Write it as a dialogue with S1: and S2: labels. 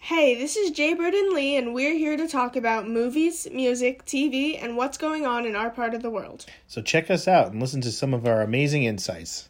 S1: Hey, this is Jay Burden Lee, and we're here to talk about movies, music, TV, and what's going on in our part of the world.
S2: So check us out and listen to some of our amazing insights.